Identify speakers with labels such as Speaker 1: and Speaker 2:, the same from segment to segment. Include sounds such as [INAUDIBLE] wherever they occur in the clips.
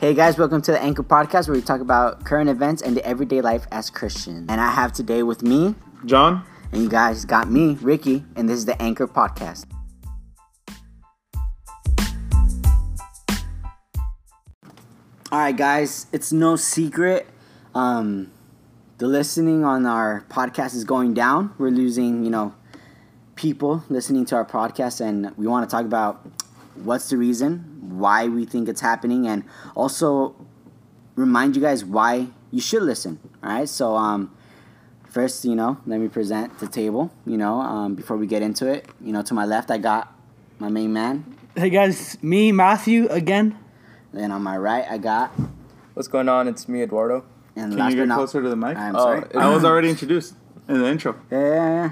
Speaker 1: Hey guys, welcome to the Anchor Podcast where we talk about current events and the everyday life as Christians. And I have today with me,
Speaker 2: John?
Speaker 1: and you guys got me, Ricky, and this is the Anchor Podcast. All right, guys, it's no secret. Um, the listening on our podcast is going down. We're losing, you know, people listening to our podcast, and we want to talk about what's the reason, why we think it's happening, and also remind you guys why you should listen. All right, so um, first, you know, let me present the table. You know, um, before we get into it, you know, to my left, I got my main man,
Speaker 3: Hey guys, me Matthew again.
Speaker 1: then on my right, I got,
Speaker 4: What's going on? It's me, Eduardo.
Speaker 1: and
Speaker 2: Can
Speaker 1: last
Speaker 2: you
Speaker 1: but
Speaker 2: get
Speaker 1: not
Speaker 2: closer to the mic?
Speaker 1: I'm
Speaker 4: Oh,
Speaker 1: sorry.
Speaker 4: it-
Speaker 2: I was already introduced in the intro.
Speaker 1: Yeah, yeah, yeah.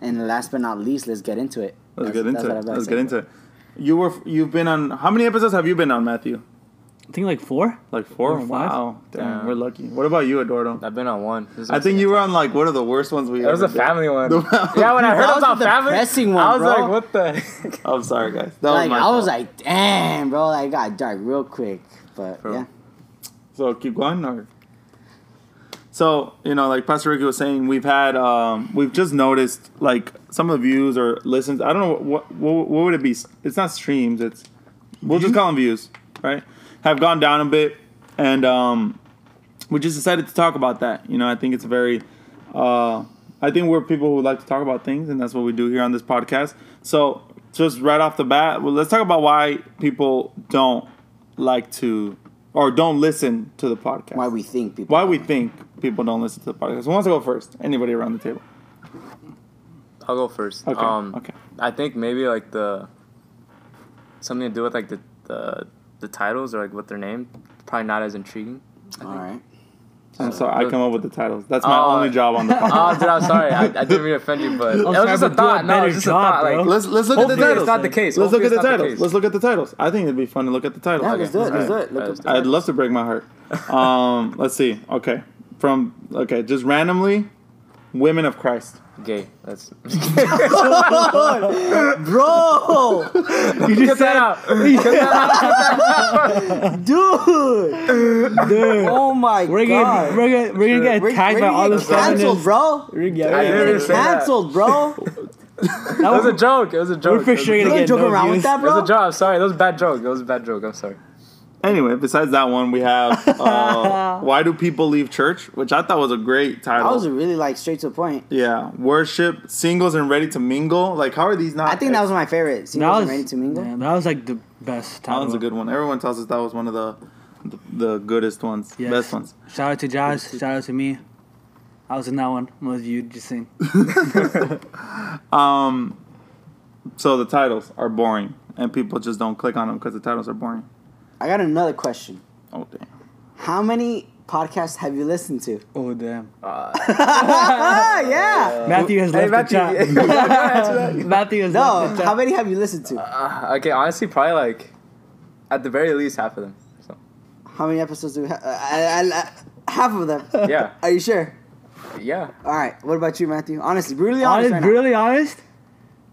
Speaker 1: And last but not least, let's get into it.
Speaker 2: Let's
Speaker 1: That's-
Speaker 2: get
Speaker 1: that's
Speaker 2: into
Speaker 1: what I was
Speaker 2: it.
Speaker 1: about
Speaker 2: Let's
Speaker 1: to
Speaker 2: get
Speaker 1: say.
Speaker 2: into it. You were you've been on how many episodes have you been on, Matthew?
Speaker 3: I think like four.
Speaker 2: Like
Speaker 3: Four
Speaker 2: four.
Speaker 3: or five?
Speaker 2: Wow, damn,
Speaker 4: Damn.
Speaker 2: we're lucky. What about you, Eduardo?
Speaker 4: I've been on one. This is
Speaker 2: I
Speaker 4: my
Speaker 2: think
Speaker 4: second
Speaker 2: you were
Speaker 4: time.
Speaker 2: on like one of the worst ones we.
Speaker 4: It was
Speaker 2: ever
Speaker 4: a
Speaker 2: [LAUGHS] did.
Speaker 4: family one.
Speaker 2: The-
Speaker 4: yeah, when I heard
Speaker 1: That
Speaker 4: it
Speaker 1: was
Speaker 4: was on
Speaker 1: the
Speaker 4: family,
Speaker 1: depressing one,
Speaker 4: I was
Speaker 1: bro.
Speaker 4: like, what the? heck?
Speaker 2: I'm sorry, guys. [LAUGHS] That was
Speaker 1: Like,
Speaker 2: my
Speaker 1: I
Speaker 2: fault.
Speaker 1: was like, damn, bro, like, it got dark real quick. But
Speaker 2: Bro.
Speaker 1: yeah,
Speaker 2: So keep going, or so you know, like Pastor Ricky was saying, we've had um, we've just noticed like some of the views or listens. I don't know what what, what would it be? It's not streams. It's we'll just call them views, right? Have gone down a bit, and um, we just decided to talk about that. You know, I think it's very. Uh, I think we're people who like to talk about things, and that's what we do here on this podcast. So just right off the bat, well, let's talk about why people don't like to or don't listen to the podcast.
Speaker 1: why we think people.
Speaker 2: Why we think people don't listen to the podcast. Who wants to go first? Anybody around the table?
Speaker 4: I'll go first.
Speaker 2: Okay.
Speaker 4: Um,
Speaker 2: okay.
Speaker 4: I think maybe like the something to do with like the the, the titles or like what they're named. Probably not as intriguing.
Speaker 1: All right.
Speaker 2: I'm sorry. I come up with the titles. That's my
Speaker 4: Uh,
Speaker 2: only job on [LAUGHS] the podcast.
Speaker 4: oh, dude, I'm sorry. I, I didn't mean to offend you, but it was
Speaker 3: sorry,
Speaker 4: just
Speaker 3: but
Speaker 4: a
Speaker 3: do
Speaker 4: thought.
Speaker 3: a
Speaker 4: No, it
Speaker 3: better
Speaker 4: was just a
Speaker 3: job,
Speaker 4: thought.
Speaker 3: bro.
Speaker 4: Like,
Speaker 2: Let's let's look
Speaker 4: Hopefully
Speaker 2: at the
Speaker 4: it's
Speaker 2: titles.
Speaker 4: not the case.
Speaker 2: Let's
Speaker 4: Hopefully
Speaker 2: look at the
Speaker 4: it's not the
Speaker 2: titles.
Speaker 4: case.
Speaker 2: let's look at the titles. I think it'd be fun to look at the titles.
Speaker 1: Yeah, let's do it. Let's do it. Look
Speaker 4: Alright.
Speaker 1: at the-
Speaker 2: I'd love to break my heart. Um, let's see. Okay, from okay, just randomly, women of Christ.
Speaker 4: gay. That's
Speaker 1: Bro,
Speaker 3: You just
Speaker 4: that out. Cut that out.
Speaker 1: dude. Oh
Speaker 4: [LAUGHS]
Speaker 1: my
Speaker 3: We're
Speaker 1: god.
Speaker 3: gonna, we're gonna, we're gonna
Speaker 1: We're-
Speaker 3: get attacked
Speaker 1: we're
Speaker 3: by
Speaker 1: gonna
Speaker 3: all the
Speaker 1: get canceled,
Speaker 3: feminists.
Speaker 1: bro.
Speaker 3: We're gonna-
Speaker 4: I
Speaker 3: yeah,
Speaker 4: didn't
Speaker 3: yeah.
Speaker 4: say that.
Speaker 1: Canceled, bro.
Speaker 3: That
Speaker 4: It was a
Speaker 3: was-
Speaker 4: joke. It was a joke.
Speaker 3: We're for sure
Speaker 4: It
Speaker 3: gonna
Speaker 1: Don't
Speaker 3: get
Speaker 1: joke
Speaker 3: no
Speaker 1: around with
Speaker 3: views.
Speaker 1: that,
Speaker 4: was
Speaker 1: bro.
Speaker 4: a joke. I'm sorry. That was a bad joke. That was a bad joke. I'm sorry.
Speaker 2: Anyway, besides that one, we have
Speaker 1: [LAUGHS]
Speaker 2: uh, why do people leave church, which I thought was a great title.
Speaker 1: That was really like straight to the point.
Speaker 2: yeah, worship, singles and ready to mingle. Like, how are these not?
Speaker 1: I think that was my favorite.
Speaker 3: That
Speaker 1: Singles
Speaker 3: was
Speaker 1: and ready to mingle.
Speaker 3: yeah, that was like the best
Speaker 2: That
Speaker 3: title.
Speaker 2: one's a good one. Everyone tells us that was one of the the, the goodest ones,
Speaker 3: Yes.
Speaker 2: best ones.
Speaker 3: Shout out to Jazz. Shout out to me. I was in that one. I'm with you, just saying.
Speaker 2: So the titles are boring, and people just don't click on them because the titles are boring.
Speaker 1: I got another question.
Speaker 2: Oh damn.
Speaker 1: How many podcasts have you listened to?
Speaker 3: Oh damn.
Speaker 1: Ah, yeah.
Speaker 3: Uh, Matthew has left the
Speaker 4: Matthew.
Speaker 3: chat. [LAUGHS] Matthew has
Speaker 1: No,
Speaker 3: left the
Speaker 1: how
Speaker 3: chat.
Speaker 1: many have you listened to?
Speaker 4: Uh, okay, honestly, probably like at the very least half of them. So
Speaker 1: How many episodes do we have? Uh, I, I, I, half of them.
Speaker 3: [LAUGHS]
Speaker 4: yeah,
Speaker 1: Are you sure?
Speaker 4: yeah.
Speaker 1: All right. What about you, Matthew? Honestly, brutally honest.
Speaker 3: Honest,
Speaker 1: right now.
Speaker 3: really honest.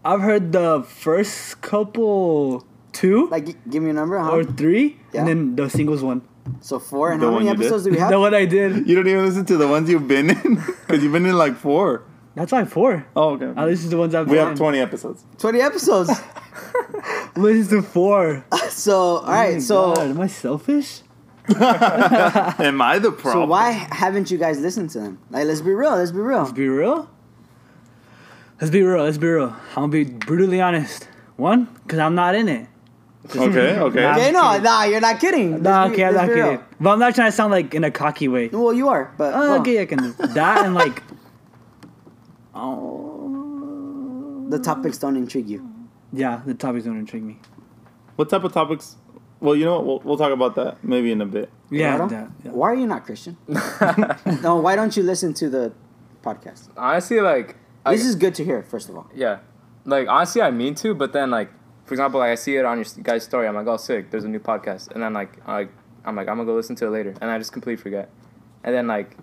Speaker 3: I've heard the first couple two
Speaker 1: Like, g- give me a number, huh?
Speaker 3: or three,
Speaker 1: Yeah.
Speaker 3: and then the singles one.
Speaker 1: so four. And
Speaker 2: The
Speaker 1: how many
Speaker 2: one you did?
Speaker 1: episodes do we
Speaker 3: [LAUGHS]
Speaker 1: have?
Speaker 3: The one I did.
Speaker 2: You don't even listen to the ones you've been in [LAUGHS] because you've been in like four.
Speaker 3: That's like four.
Speaker 2: Oh, okay.
Speaker 3: I listen to the ones I've
Speaker 2: we
Speaker 3: done.
Speaker 2: have 20 episodes.
Speaker 1: Twenty
Speaker 3: [LAUGHS]
Speaker 1: episodes.
Speaker 3: Listen to four.
Speaker 1: so, all
Speaker 3: Oh
Speaker 1: right.
Speaker 3: my
Speaker 1: So,
Speaker 3: God, am I selfish?
Speaker 2: Am
Speaker 3: [LAUGHS]
Speaker 2: I the
Speaker 1: so
Speaker 2: problem?
Speaker 1: why haven't you guys listened to them? Like, let's be real. Let's be real.
Speaker 3: Be real. Let's be real. Let's be real. I'm gonna be brutally honest. One, cause I'm not in it.
Speaker 2: Okay, okay.
Speaker 3: [LAUGHS] Nah.
Speaker 1: Okay, no, nah, you're not kidding.
Speaker 3: Nah,
Speaker 1: Let's be-
Speaker 3: okay, I'm
Speaker 1: let's
Speaker 3: not
Speaker 1: be
Speaker 3: kidding.
Speaker 1: real.
Speaker 3: But I'm not trying to sound like in a cocky way.
Speaker 1: Well, you are, but
Speaker 3: Uh,
Speaker 1: well,
Speaker 3: okay, I can that
Speaker 1: [LAUGHS]
Speaker 3: and like. Oh.
Speaker 1: the topics don't intrigue you.
Speaker 3: Yeah, the topics don't intrigue me.
Speaker 2: What type of topics? Well, you know what? We'll, we'll talk about that maybe in a bit.
Speaker 3: Yeah,
Speaker 1: Eduardo?
Speaker 3: that, yeah.
Speaker 1: Why are you not Christian? [LAUGHS] no, why don't you listen to the podcast?
Speaker 4: Honestly, like I,
Speaker 1: This is good to hear, first of all.
Speaker 4: yeah, like honestly, I mean to, but then like for example, like I see it on your guys' story. I'm like, oh sick, there's a new podcast, and then like I like I'm like I'm gonna go listen to it later, and I just completely forget, and then like.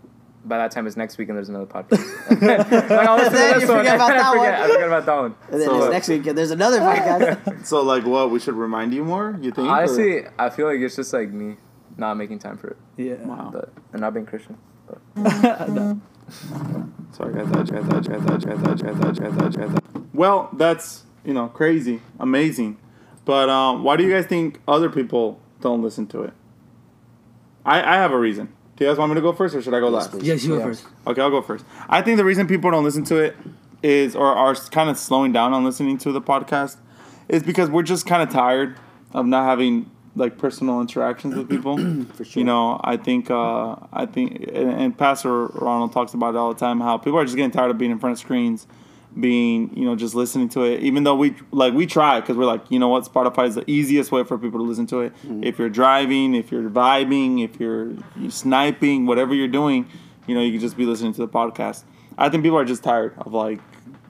Speaker 4: By that time, it's next week, and there's another podcast.
Speaker 1: [LAUGHS]
Speaker 4: [LAUGHS] like, I'll listen to
Speaker 1: Then you
Speaker 4: this one, [LAUGHS]
Speaker 1: forget
Speaker 4: and
Speaker 1: about
Speaker 4: I
Speaker 1: that
Speaker 4: forget-
Speaker 1: one.
Speaker 4: I forget about that one.
Speaker 1: And then
Speaker 2: So,
Speaker 1: it's
Speaker 2: uh,
Speaker 1: next week, there's
Speaker 3: [LAUGHS]
Speaker 1: another podcast.
Speaker 2: So, like, what? We should remind you more? You think? or-
Speaker 4: Honestly, I feel like it's just like me. not making time for it.
Speaker 3: Yeah. [LAUGHS]
Speaker 2: Wow.
Speaker 4: But and not being Christian. But
Speaker 2: Sorry, guys. I- I- I- I- I- I- I- I- I- I- I- Well, that's you know crazy, amazing, but um, why do you guys think other people don't listen to it? I I have a reason. Do you guys want me to go first, or should I go
Speaker 1: Yes,
Speaker 2: last?
Speaker 1: please.
Speaker 3: Yes, you go
Speaker 1: Yeah.
Speaker 3: first.
Speaker 2: Okay, I'll go first. I think the reason people don't listen to it is, or are kind of slowing down on listening to the podcast, is because we're just kind of tired of not having like personal interactions with people. For
Speaker 1: sure.
Speaker 2: You know, I think, uh, I think, and, and Pastor Ronald talks about it all the time how people are just getting tired of being in front of screens, being, you know, just listening to it. Even though we, like, we try because we're like, you know what, Spotify is the easiest way for people to listen to it. If you're driving, if you're vibing, if you're sniping, whatever you're doing, you know, you could just be listening to the podcast. I think people are just tired of like,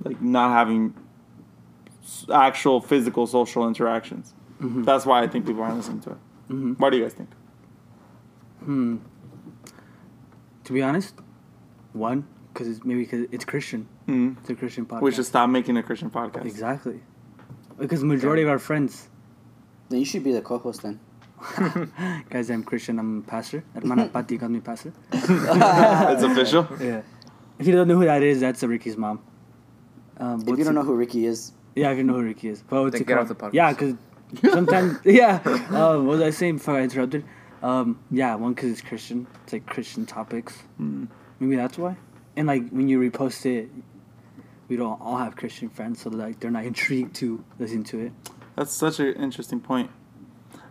Speaker 2: like not having s- actual physical social interactions. That's why I think people aren't listening to it. Why do you guys think?
Speaker 3: Hmm. To be honest, one because it's maybe because it's Christian.
Speaker 2: Mm.
Speaker 3: It's a Christian podcast.
Speaker 2: We should stop making a Christian podcast.
Speaker 3: Mm-hmm. exactly because the majority of
Speaker 1: [LAUGHS]
Speaker 3: our friends, [LAUGHS]
Speaker 1: Then you should be the co-host then.
Speaker 3: guys, I'm Christian. I'm a pastor.
Speaker 1: [LAUGHS]
Speaker 3: Hermana Pati calls me pastor.
Speaker 2: [LAUGHS] it's official.
Speaker 3: Yeah. If you don't know who that is, that's uh, Ricky's mom. Um,
Speaker 1: If you don't know who Ricky is,
Speaker 3: Yeah, I don't know who Ricky is. But what's
Speaker 4: Then
Speaker 3: it
Speaker 4: get
Speaker 3: called?
Speaker 4: off the podcast.
Speaker 3: Yeah, because sometimes. [LAUGHS] yeah. Um, what was I saying before I interrupted? Um, yeah, one, because it's Christian. It's like Christian topics.
Speaker 4: Hmm.
Speaker 3: Maybe that's why. And like when you repost it, we don't all have Christian friends, so like they're not [LAUGHS] intrigued to listen to it.
Speaker 2: That's such an interesting point.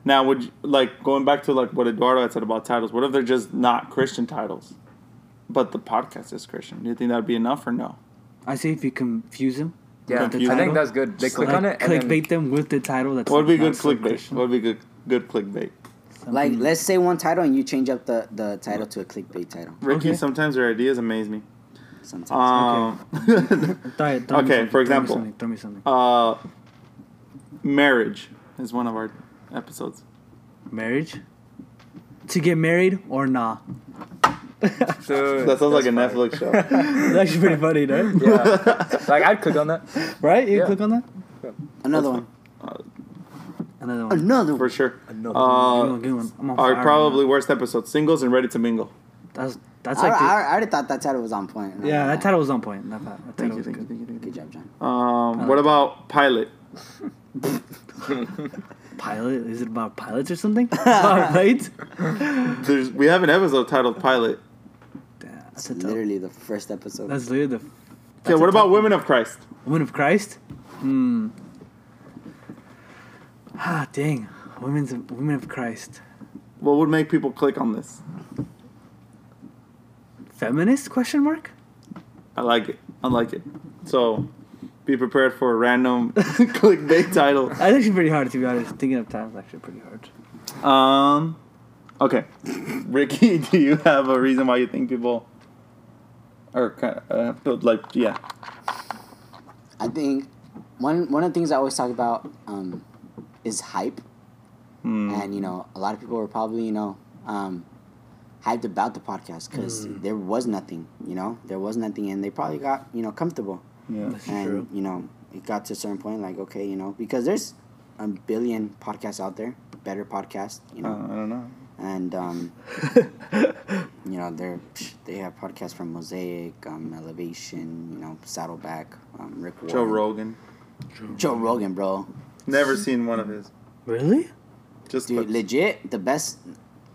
Speaker 2: Now, would you, like going back to like what Eduardo had said about titles? What if they're just not Christian titles, but the podcast is Christian? Do you think that'd be enough or no?
Speaker 3: I say if you confuse them.
Speaker 4: yeah,
Speaker 2: Confused.
Speaker 4: I think that's good. They click on it and
Speaker 3: Clickbait
Speaker 4: then,
Speaker 3: them with the title. That's
Speaker 2: What would be
Speaker 3: not
Speaker 2: good
Speaker 3: so
Speaker 2: clickbait?
Speaker 3: Christian.
Speaker 2: What would be good good clickbait?
Speaker 1: like, let's say one title and you change up the, the title to a clickbait title.
Speaker 2: Ricky,
Speaker 3: Okay.
Speaker 2: sometimes your ideas amaze me.
Speaker 1: Sometimes.
Speaker 3: [LAUGHS] Throw it-
Speaker 2: Um,
Speaker 3: throw me
Speaker 2: Okay,
Speaker 3: something, throw
Speaker 2: for
Speaker 3: me
Speaker 2: example.
Speaker 3: something, Throw me something.
Speaker 2: uh, marriage is one of our episodes.
Speaker 3: Marriage? To get married or nah?
Speaker 4: Dude,
Speaker 2: That sounds like a
Speaker 4: that's
Speaker 2: Netflix
Speaker 3: [LAUGHS] [LAUGHS]
Speaker 2: show.
Speaker 3: That's actually pretty funny, no?
Speaker 4: fire. Yeah. like I'd click on that.
Speaker 3: [LAUGHS] Right? You
Speaker 4: Yeah.
Speaker 3: click on that?
Speaker 1: Another one.
Speaker 3: Another one.
Speaker 1: Another
Speaker 2: Uh, for
Speaker 1: one.
Speaker 2: sure.
Speaker 4: Another
Speaker 3: Good one,
Speaker 2: Uh,
Speaker 3: good one. I'm on fire
Speaker 2: our
Speaker 3: right
Speaker 2: probably worst episode: singles and ready to mingle.
Speaker 3: now. That's, that's
Speaker 1: I,
Speaker 3: like. the-
Speaker 1: I, I already thought that title was on point. No,
Speaker 3: yeah,
Speaker 1: no,
Speaker 3: that
Speaker 1: no.
Speaker 3: title was on point. Not bad. That title was good.
Speaker 1: Good job, John.
Speaker 2: Um, what about pilot?
Speaker 3: Pilot? Is it about pilots
Speaker 1: [LAUGHS]
Speaker 3: or something? About planes?
Speaker 2: There's, we have an episode titled pilot.
Speaker 3: Damn,
Speaker 1: It's
Speaker 3: That's a tough.
Speaker 1: literally the first episode.
Speaker 3: That's literally the
Speaker 2: Okay, what about women of Christ?
Speaker 3: woman of Christ. Hmm. Ah, dang. Women's women of Christ.
Speaker 2: What would make people click on this?
Speaker 3: Feminist? Question mark.
Speaker 2: I like it. I like it. So, be prepared for a random [LAUGHS] clickbait title.
Speaker 3: That's actually pretty hard to be honest. Thinking of time is actually pretty hard.
Speaker 2: Um, okay, Ricky, [LAUGHS] do you have a reason why you think people are kind of uh, feel like yeah?
Speaker 1: I think one one of the things I always talk about um, is hype, and you know a lot of people were probably you know um, hyped about the podcast because there was nothing, you know, there was nothing, and they probably got you know comfortable,
Speaker 2: Yeah.
Speaker 3: That's
Speaker 1: and
Speaker 3: true.
Speaker 1: you know it got to a certain point like okay, you know, because there's a billion podcasts out there, better podcasts, you
Speaker 2: Uh,
Speaker 1: know,
Speaker 2: I don't know.
Speaker 1: and um, you know they're psh, they have podcasts from Mosaic, um, Elevation, you know, Saddleback, um, Rick
Speaker 2: Joe
Speaker 1: Warren.
Speaker 2: Rogan.
Speaker 1: Joe Rogan, bro.
Speaker 2: Never seen one of his.
Speaker 3: Really?
Speaker 2: Just
Speaker 1: Dude,
Speaker 2: clips.
Speaker 1: legit, the best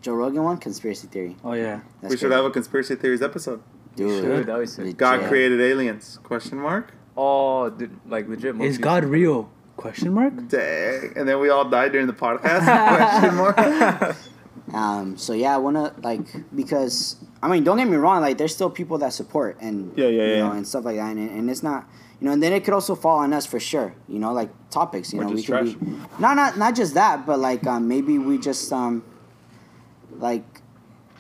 Speaker 1: Joe Rogan one, conspiracy theory.
Speaker 3: Oh yeah.
Speaker 1: That's
Speaker 2: we should
Speaker 1: crazy.
Speaker 2: have a conspiracy theories episode.
Speaker 1: Dude,
Speaker 4: Dude, that was sick.
Speaker 1: legit.
Speaker 2: God created aliens? Question mark.
Speaker 4: Oh, dude, like legit. most
Speaker 3: Is
Speaker 4: people-
Speaker 3: God real? Question mark.
Speaker 2: Dang. And then we all died during the podcast. Question mark.
Speaker 1: Um, so yeah, I wanna like because I mean, don't get me wrong, like there's still people that support and
Speaker 2: Yeah, yeah,
Speaker 1: you
Speaker 2: yeah.
Speaker 1: know and stuff like that, and, and it's not you know, and then it could also fall on us for sure, you know, like topics, you
Speaker 2: We're
Speaker 1: know, we
Speaker 2: just
Speaker 1: could be not not not just that, but like um, maybe we just um like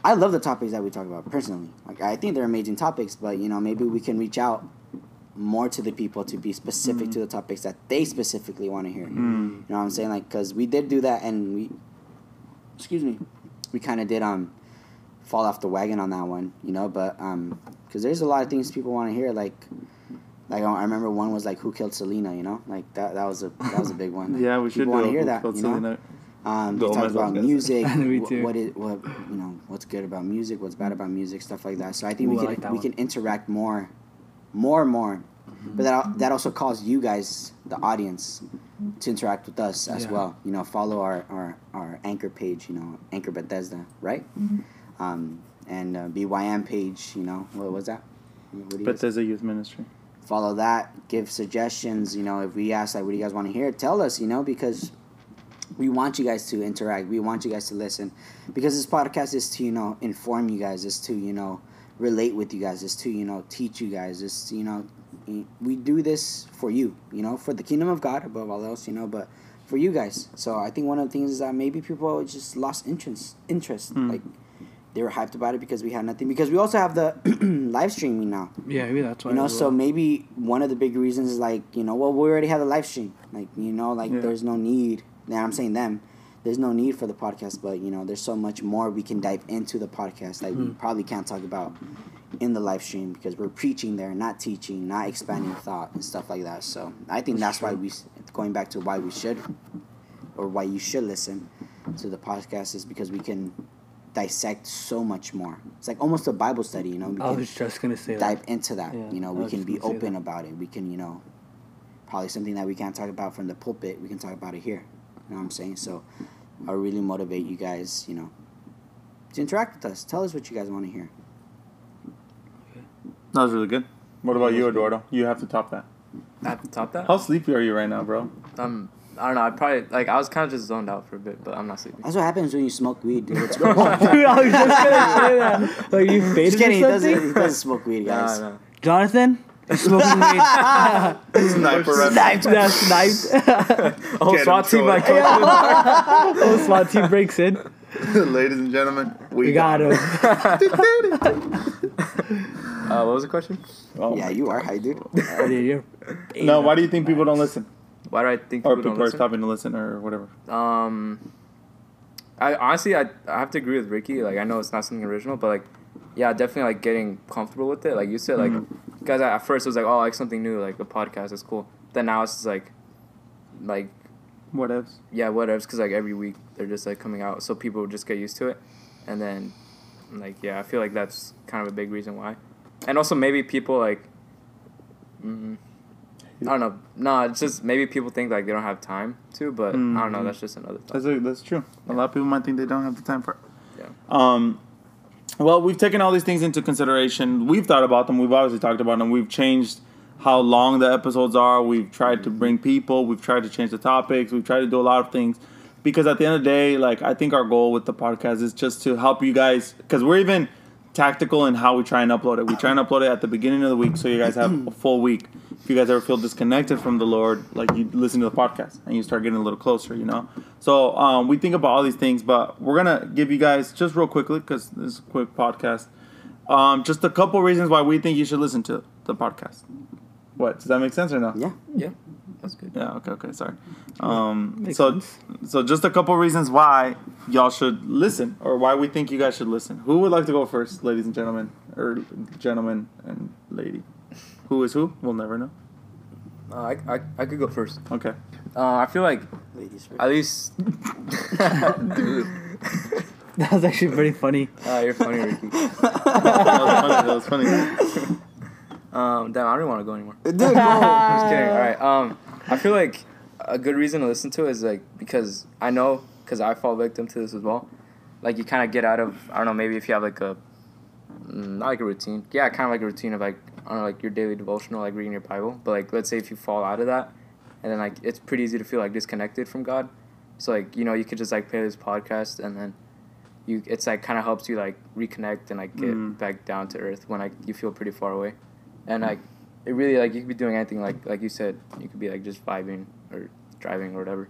Speaker 1: I love the topics that we talk about personally. Like I think they're amazing topics, but you know, maybe we can reach out more to the people to be specific
Speaker 2: Mm.
Speaker 1: to the topics that they specifically want to hear. You know what I'm saying? Like, cause we did do that, and we, excuse me, we kind of did um, fall off the wagon on that one, you know. But um, cause there's a lot of things people want to hear. Like, like I I remember one was like, who killed Selena? You know, like that that was a that was a big one.
Speaker 2: [LAUGHS] yeah, we should
Speaker 1: people
Speaker 2: do
Speaker 1: want
Speaker 2: a
Speaker 1: to hear
Speaker 2: Who
Speaker 1: that.
Speaker 2: Killed
Speaker 1: You know?
Speaker 2: Selena
Speaker 1: Um,
Speaker 2: Gomez
Speaker 1: we talked about
Speaker 2: Vasquez.
Speaker 1: music,
Speaker 3: [LAUGHS] Me
Speaker 1: wh-
Speaker 3: too.
Speaker 1: what is what you know, what's good about music, what's bad about music, stuff like that. So I think
Speaker 3: Ooh, I
Speaker 1: we can
Speaker 3: like that
Speaker 1: we
Speaker 3: one. Mm-hmm.
Speaker 1: can interact more, more and more. But that al- that also calls you guys, the audience, to interact with us as
Speaker 3: Yeah.
Speaker 1: well. You know, follow our, our our anchor page. You know, Anchor Bethesda, right?
Speaker 3: Mm-hmm.
Speaker 1: Um, and uh, BYM page. You know, what was that? What do you guys-
Speaker 2: But there's a youth ministry.
Speaker 1: follow that give suggestions you know if we ask like what do you guys want to hear tell us you know because we want you guys to interact we want you guys to listen because this podcast is to you know inform you guys is to you know relate with you guys is to you know teach you guys is you know we do this for you you know for the kingdom of god above all else you know but for you guys so i think one of the things is that maybe people just lost interest interest like they were hyped about it because we had nothing because we also have the [CLEARS THROAT] live streaming now
Speaker 3: Yeah, maybe that's why.
Speaker 1: you know,
Speaker 3: as
Speaker 1: so
Speaker 3: well.
Speaker 1: maybe one of the big reasons is like, you know, well, we already have the live stream. Like, you know, like
Speaker 2: Yeah.
Speaker 1: there's no need. Now I'm saying them. There's no need for the podcast, but you know, there's so much more we can dive into the podcast that we probably can't talk about in the live stream because we're preaching there, not teaching, not expanding thought and stuff like that. So I think that's, why we, s- going back to why we should, or why you should listen to the podcast is because we can dissect so much more. It's like almost a Bible study, you know. We
Speaker 3: I
Speaker 1: can-
Speaker 3: was just gonna say that.
Speaker 1: dive into that.
Speaker 3: Yeah,
Speaker 1: you know,
Speaker 3: I
Speaker 1: we
Speaker 3: was
Speaker 1: can
Speaker 3: just
Speaker 1: be
Speaker 3: gonna say
Speaker 1: open
Speaker 3: that.
Speaker 1: about it. We can, you know, probably something that we can't talk about from the pulpit, we can talk about it here. You know what I'm saying? So I really motivate you guys, you know, to interact with us. Tell us what you guys want to hear.
Speaker 2: That was really good. What about you, Eduardo? You have to top that.
Speaker 4: I have to top that.
Speaker 2: How sleepy are you right now, bro?
Speaker 4: Um, I don't know. I probably like I was kind of just zoned out for a bit, but I'm not sleeping.
Speaker 1: That's what happens when you smoke weed. Dude.
Speaker 3: [LAUGHS]
Speaker 1: It's gross.
Speaker 3: Dude, I was just gonna say that. Like you faded
Speaker 1: Just kidding. He
Speaker 3: or something?
Speaker 1: doesn't, he doesn't smoke weed,
Speaker 3: [LAUGHS]
Speaker 1: guys.
Speaker 4: Nah, nah.
Speaker 3: Jonathan, smoking weed.
Speaker 2: [LAUGHS]
Speaker 3: [LAUGHS]
Speaker 2: Sniper
Speaker 3: That's sniped.
Speaker 4: Oh,
Speaker 2: him,
Speaker 4: SWAT team
Speaker 2: Troy.
Speaker 4: like [LAUGHS] yeah.
Speaker 3: oh, SWAT team breaks in.
Speaker 2: [LAUGHS] Ladies and gentlemen,
Speaker 3: We got him. [LAUGHS]
Speaker 4: uh, What was the question?
Speaker 2: Oh
Speaker 1: Yeah,
Speaker 2: my-
Speaker 1: you are high,
Speaker 3: [LAUGHS]
Speaker 1: dude.
Speaker 3: Oh, dude, you're
Speaker 2: No, why do you think people don't listen?
Speaker 4: Why do I think
Speaker 2: Or
Speaker 4: people don't
Speaker 2: people are
Speaker 4: listen?
Speaker 2: stopping to listen or whatever?
Speaker 4: Um, I honestly, I, I have to agree with Ricky. Like, I know it's not something original, but like, yeah, definitely like getting comfortable with it. Like you said, like,
Speaker 2: Mm-hmm.
Speaker 4: guys, at first it was like, oh, I like something new, like a podcast is cool. Then now it's just like, like,
Speaker 2: What else?
Speaker 4: yeah, whatever. Because like every week they're just like coming out, so people just get used to it, and then, like, yeah, I feel like that's kind of a big reason why, and also maybe people like. Mm, I don't know. No, it's just maybe people think like they don't have time to, but I don't know.
Speaker 2: Mm.
Speaker 4: That's just another thought.
Speaker 2: That's a, that's true. A lot of people might think they don't have the time for it.
Speaker 4: Yeah.
Speaker 2: Um, well, we've taken all these things into consideration. We've thought about them. We've obviously talked about them. We've changed how long the episodes are. We've tried to bring people. We've tried to change the topics. We've tried to do a lot of things because at the end of the day, like I think our goal with the podcast is just to help you guys because we're even tactical in how we try and upload it. We try and upload it at the beginning of the week so you guys have a full week. If you guys ever feel disconnected from the Lord, like you listen to the podcast and you start getting a little closer, you know. So um, we think about all these things, but we're gonna give you guys just real quickly because this is a quick podcast. Um, just a couple reasons why we think you should listen to the podcast. What does that make sense or no?
Speaker 1: Yeah.
Speaker 4: Yeah, that's good.
Speaker 2: Yeah. Okay. Okay. Sorry. Um,
Speaker 3: Makes
Speaker 2: so,
Speaker 3: sense.
Speaker 2: so just a couple reasons why y'all should listen, or why we think you guys should listen. Who would like to go first, ladies and gentlemen, or gentlemen and lady? Who is who? We'll never know.
Speaker 4: Uh, I, I, I could go first.
Speaker 2: Okay.
Speaker 4: Uh, I feel like
Speaker 1: Ladies
Speaker 4: at [LAUGHS] least. [LAUGHS]
Speaker 3: That was actually pretty funny.
Speaker 4: Uh, you're
Speaker 1: [LAUGHS]
Speaker 4: funny, Ricky.
Speaker 2: That was funny. That was funny.
Speaker 3: [LAUGHS]
Speaker 4: Um, damn, I don't even want to go anymore.
Speaker 1: Dude, no.
Speaker 4: [LAUGHS] I'm just kidding. All right. Um, I feel like a good reason to listen to it is like because I know because I fall victim to this as well. Like you kind of get out of I don't know maybe if you have like a mm, not like a routine yeah kind of like a routine of like I don't know like your daily devotional like reading your Bible but like let's say if you fall out of that and then like it's pretty easy to feel like disconnected from God. So like you know you could just like play this podcast and then you it's like kind of helps you like reconnect and like get
Speaker 2: Mm.
Speaker 4: back down to earth when like you feel pretty far away, and
Speaker 3: Hmm.
Speaker 4: like it really like you could be doing anything like like you said you could be like just vibing or driving or whatever.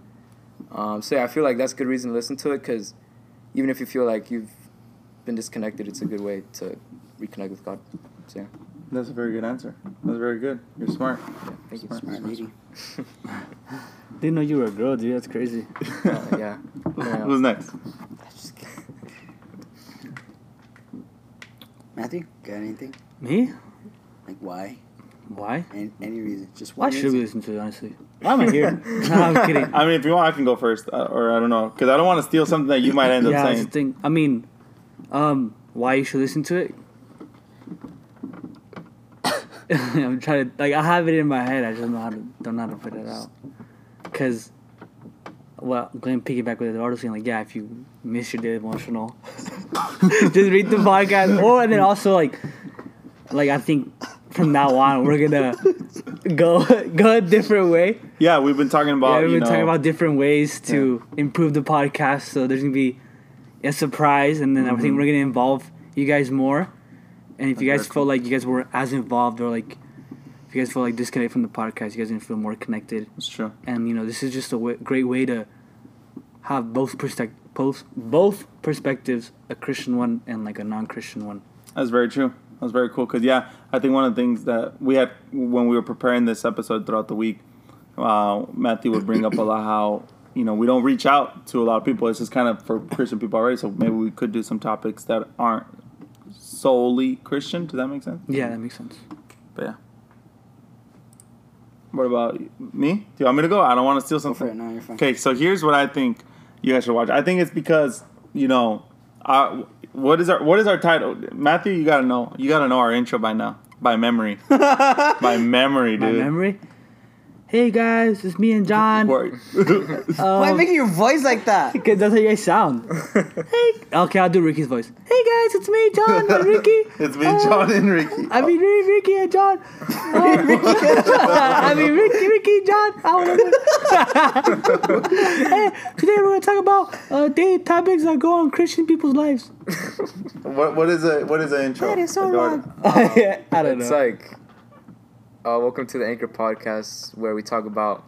Speaker 4: Um, so yeah, I feel like that's a good reason to listen to it because even if you feel like you've been disconnected, it's a good way to reconnect with God. So yeah,
Speaker 2: That's a very good answer. That's very good. You're smart.
Speaker 4: yeah thank you.
Speaker 2: [LAUGHS]
Speaker 1: Smart lady.
Speaker 3: Didn't know you were a girl, dude. That's crazy.
Speaker 4: Uh, yeah. Yeah.
Speaker 2: Who's next?
Speaker 1: Matthew, got anything?
Speaker 3: Me?
Speaker 1: Like why?
Speaker 3: Why?
Speaker 1: Any, any reason. Just
Speaker 3: Why
Speaker 1: one
Speaker 3: should we listen to it, honestly? [LAUGHS]
Speaker 2: I'm here.
Speaker 3: [LAUGHS] No, I'm kidding.
Speaker 2: [LAUGHS] I mean, if you want, I can go first, uh, or I don't know, because I don't want to steal something that you might end
Speaker 3: yeah,
Speaker 2: up
Speaker 3: that's the
Speaker 2: saying.
Speaker 3: thing. I mean, um, why you should listen to it? [COUGHS] I'm trying to like I have it in my head. I just don't know how to don't know how to put it out. Cause, well, Glenn piggyback with the article saying like, yeah, if you miss your daily emotional, [LAUGHS] just [LAUGHS] read
Speaker 2: [LAUGHS]
Speaker 3: the podcast. Oh, and then also like, like I think from now on we're gonna go [LAUGHS] go a different way.
Speaker 2: Yeah, we've been talking about.
Speaker 3: Yeah, we've
Speaker 2: you
Speaker 3: been
Speaker 2: know,
Speaker 3: talking about different ways to improve the podcast. So there's gonna be a surprise, and then I
Speaker 2: Mm-hmm.
Speaker 3: think we're gonna involve you guys more. And if you guys
Speaker 2: very
Speaker 3: felt like you guys weren't as involved, or like if you guys felt like disconnected from the podcast, you guys didn't feel more connected.
Speaker 2: It's true.
Speaker 3: And you know, this is just a w- great way to have both perspective, both both perspectives, a Christian one and like a non-Christian one.
Speaker 2: That's very true. That was very cool. Cause yeah, I think one of the things that we had when we were preparing this episode throughout the week, uh, Matthew would bring up a lot how you know we don't reach out to a lot of people. It's just kind of for Christian people already. So maybe we could do some topics that aren't solely Christian. Does that make sense?
Speaker 3: Yeah, that makes sense.
Speaker 2: But yeah. What about me? Do you want me to go? I don't want to steal
Speaker 1: Go for
Speaker 2: something.
Speaker 1: it. No, you're fine.
Speaker 2: Okay, so here's what I think you guys should watch. I think it's because you know, I, what is our what is our title? Matthew, you gotta know. You gotta know our intro by now, by memory, by memory,
Speaker 3: My
Speaker 2: dude.
Speaker 3: memory. Hey guys, it's me and John.
Speaker 2: Or-
Speaker 1: Why are you making your voice like that?
Speaker 3: Because that's how you guys [LAUGHS] sound. hey, okay, I'll do Ricky's voice. Hey guys, it's me, John, [LAUGHS] and Ricky.
Speaker 2: [LAUGHS]
Speaker 3: Uh,
Speaker 2: it's me, John and Ricky.
Speaker 3: I mean, Ri- Ricky and John. [LAUGHS] Oh, I mean, Ricky, Ricky, John. I [LAUGHS] wanna- hey, today we're gonna talk about uh, daily topics that go on Christian people's lives.
Speaker 2: What what is a what is an intro?
Speaker 3: That is so
Speaker 2: Eduardo?
Speaker 3: wrong. [LAUGHS] [LAUGHS] I don't
Speaker 4: It's
Speaker 3: know.
Speaker 4: like, uh, welcome to the Anchor Podcast, where we talk about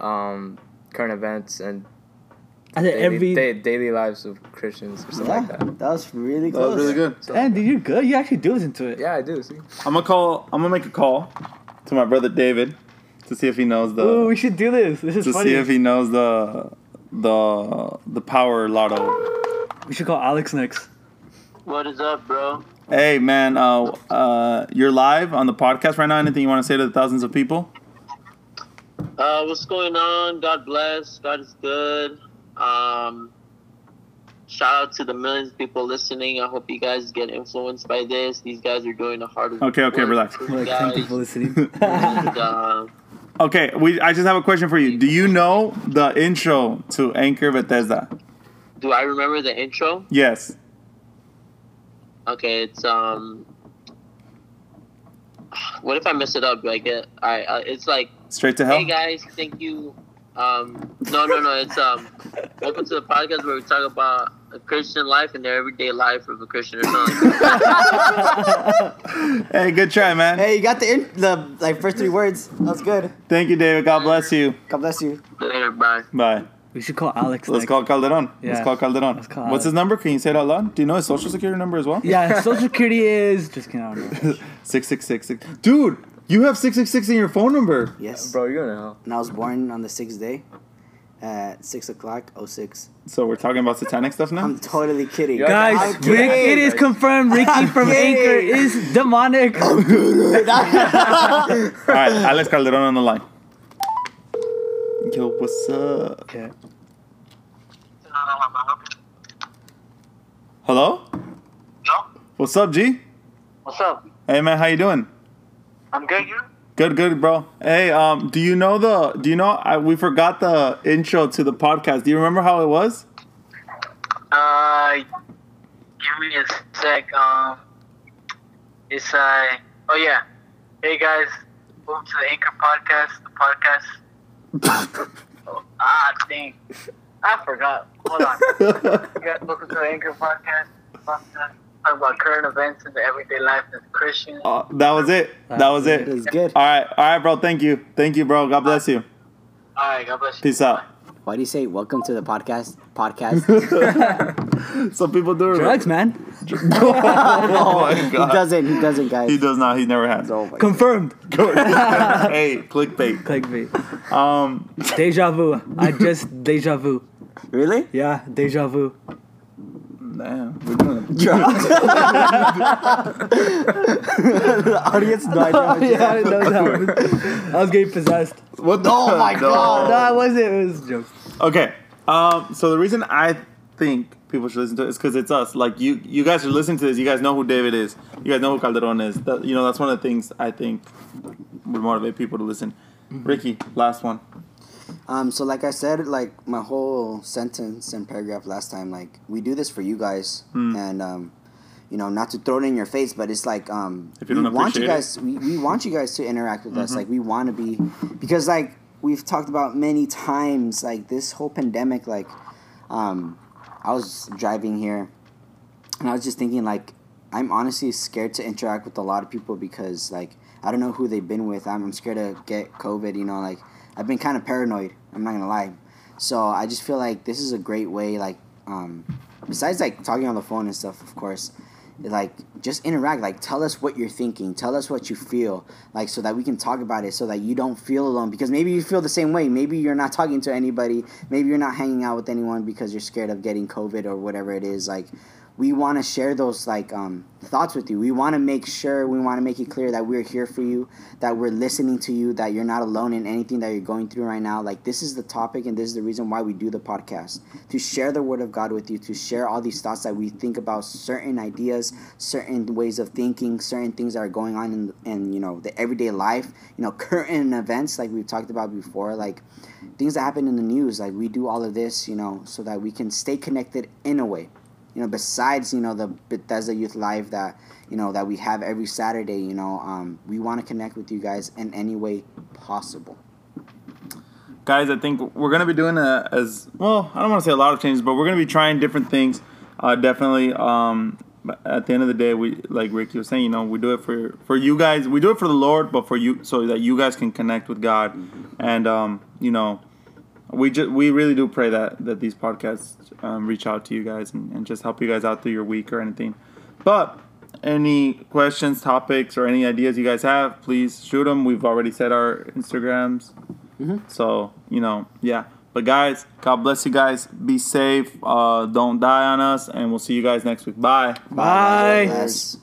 Speaker 4: um, current events and
Speaker 3: I said
Speaker 4: daily,
Speaker 3: every.
Speaker 4: da- daily lives of Christians or something
Speaker 1: Yeah,
Speaker 4: like that.
Speaker 1: that was really
Speaker 2: That
Speaker 1: close.
Speaker 2: was really good.
Speaker 4: So,
Speaker 3: Man, dude, you're good. You actually do listen to it.
Speaker 4: yeah, I do. See,
Speaker 2: I'm gonna call. I'm gonna make a call to my brother David to see if he knows the
Speaker 3: Ooh, we should do this. This is
Speaker 2: to
Speaker 3: funny.
Speaker 2: see if he knows the the the power lotto.
Speaker 3: we should call Alex next.
Speaker 5: What is up, bro?
Speaker 2: Hey man, uh, uh, you're live on the podcast right now. Anything you want to say to the thousands of people?
Speaker 5: Uh, what's going on? God bless. God is good. Um, shout out to the millions of people listening. I hope you guys get influenced by this. These guys are doing the hardest.
Speaker 2: Okay, okay,
Speaker 5: work.
Speaker 2: relax.
Speaker 5: These
Speaker 3: Like ten
Speaker 5: guys,
Speaker 3: people listening.
Speaker 5: and, uh,
Speaker 2: Okay, we. I just have a question for you. Do you know the intro to Anchor Bethesda?
Speaker 5: do I remember the intro?
Speaker 2: Yes.
Speaker 5: Okay, it's um. What if I mess it up? Do I get? I uh, it's like
Speaker 2: Straight to hell.
Speaker 5: Hey guys, thank you. Um, no, no, no. It's um, welcome to the podcast where we talk about a Christian life and their everyday life of a Christian or something. like that.
Speaker 2: Hey, good try, man.
Speaker 1: Hey, you got the in- the like first three words. That was good.
Speaker 2: Thank you, David. God bless you.
Speaker 1: God bless you.
Speaker 5: Later, bye.
Speaker 2: Bye.
Speaker 3: we should call Alex.
Speaker 2: Let's
Speaker 3: next.
Speaker 2: call Calderon. Let's
Speaker 3: Yeah.
Speaker 2: call Calderon.
Speaker 3: Let's call
Speaker 2: What's his
Speaker 3: Alex.
Speaker 2: number? Can you say it out loud? Do you know his social security number as well?
Speaker 3: Yeah, social security is just kidding. I don't know.
Speaker 2: Six six six six. Dude, you have six six six in your phone number.
Speaker 1: Yes.
Speaker 4: bro, you're gonna hell.
Speaker 1: And I was born on the sixth day at six o'clock. Oh six.
Speaker 2: So we're talking about satanic stuff now.
Speaker 1: I'm totally kidding.
Speaker 4: Yeah.
Speaker 3: Guys,
Speaker 1: I'm
Speaker 3: Rick, it
Speaker 1: kidding.
Speaker 3: is confirmed. Ricky from
Speaker 1: kidding.
Speaker 3: Anchor is demonic.
Speaker 2: All [LAUGHS] right, Alex Calderon on the line. Yo, what's up?
Speaker 3: [LAUGHS] Okay.
Speaker 2: Hello?
Speaker 5: No,
Speaker 2: What's up, G?
Speaker 5: what's up?
Speaker 2: Hey man, how you doing?
Speaker 5: I'm good. You?
Speaker 2: Good, good, bro. Hey, um, do you know the? Do you know? I, we forgot the intro to the podcast. Do you remember how it [LAUGHS] was?
Speaker 5: Uh, give me a sec. Um, it's uh, oh yeah. Hey guys, welcome to the Anchor Podcast. The podcast.
Speaker 2: Uh,
Speaker 5: Ah, dang. I forgot. Hold on. You guys, welcome to the Anchor Podcast. Talk about current events in the everyday life as Christians.
Speaker 2: Uh, that was it. That was it. Uh,
Speaker 1: It is good.
Speaker 2: All right, all right, bro. Thank you, thank you, bro. God bless you.
Speaker 5: All right, God bless you.
Speaker 2: Peace out.
Speaker 1: Why do you say welcome to the podcast? Podcast.
Speaker 2: Some people do it.
Speaker 3: Drugs, man.
Speaker 2: [LAUGHS] Oh my
Speaker 1: he
Speaker 2: god.
Speaker 1: doesn't. He doesn't, guys.
Speaker 2: He does not. He never [LAUGHS] has.
Speaker 1: Oh my-
Speaker 3: Confirmed.
Speaker 2: hey, clickbait.
Speaker 3: Clickbait.
Speaker 2: Um,
Speaker 3: Deja vu. I just deja vu.
Speaker 1: Really?
Speaker 3: Yeah, deja vu.
Speaker 2: Damn, we're doing it.
Speaker 1: the audience [LAUGHS] no idea what just
Speaker 3: [LAUGHS] [LAUGHS] yeah, I
Speaker 1: happened.
Speaker 3: didn't know that happened. I was getting [LAUGHS] possessed.
Speaker 2: What? the-
Speaker 1: Oh my
Speaker 3: No,
Speaker 1: god.
Speaker 3: I wasn't. It was a joke.
Speaker 2: Okay. Um. So the reason I think people should listen to it is because it's us. Like you, you guys are listening to this. You guys know who David is. You guys know who Calderon is. That, you know that's one of the things I think would motivate people to listen. Ricky, last one.
Speaker 1: Um, so like I said, like my whole sentence and paragraph last time, like we do this for you guys,
Speaker 2: Hmm.
Speaker 1: and um, you know, not to throw it in your face, but it's like um,
Speaker 2: If you don't
Speaker 1: we want you
Speaker 2: appreciate it. Mm-hmm.
Speaker 1: guys, we, we want you guys to interact with us. Like we want to be, because like we've talked about many times, like this whole pandemic, like um, I was driving here, and I was just thinking like I'm honestly scared to interact with a lot of people because like I don't know who they've been with. I'm, I'm scared to get COVID. You know, like I've been kind of paranoid. I'm not gonna lie. So I just feel like this is a great way. Like um, besides like talking on the phone and stuff, of course. Like just interact. Like tell us what you're thinking. Tell us what you feel. Like so that we can talk about it. So that you don't feel alone. Because maybe you feel the same way. Maybe you're not talking to anybody. Maybe you're not hanging out with anyone because you're scared of getting COVID or whatever it is. Like we want to share those like um, thoughts with you. We want to make sure we want to make it clear that we're here for you, that we're listening to you, that you're not alone in anything that you're going through right now. Like this is the topic and this is the reason why we do the podcast to share the word of God with you, to share all these thoughts that we think about certain ideas, certain ways of thinking, certain things that are going on in and you know the everyday life, you know current events like we've talked about before, like things that happen in the news. Like we do all of this, you know, so that we can stay connected in a way you know besides you know the bethesda youth live that you know that we have every saturday you know um, we want to connect with you guys in any way possible
Speaker 2: guys, I think we're gonna be doing a, as well. I don't want to say a lot of changes, but we're gonna be trying different things. Uh, definitely. Um, but at the end of the day, we like Ricky was saying, you know, we do it for for you guys. We do it for the Lord, but for you, so that you guys can connect with God, and um, you know, we just we really do pray that that these podcasts um, reach out to you guys and, and just help you guys out through your week or anything. But any questions, topics, or any ideas you guys have, please shoot them. We've already said our Instagrams. So, you know, yeah. But guys, God bless you guys. Be safe. Uh, don't die on us. And we'll see you guys next week. Bye.
Speaker 3: Bye.
Speaker 1: Bless.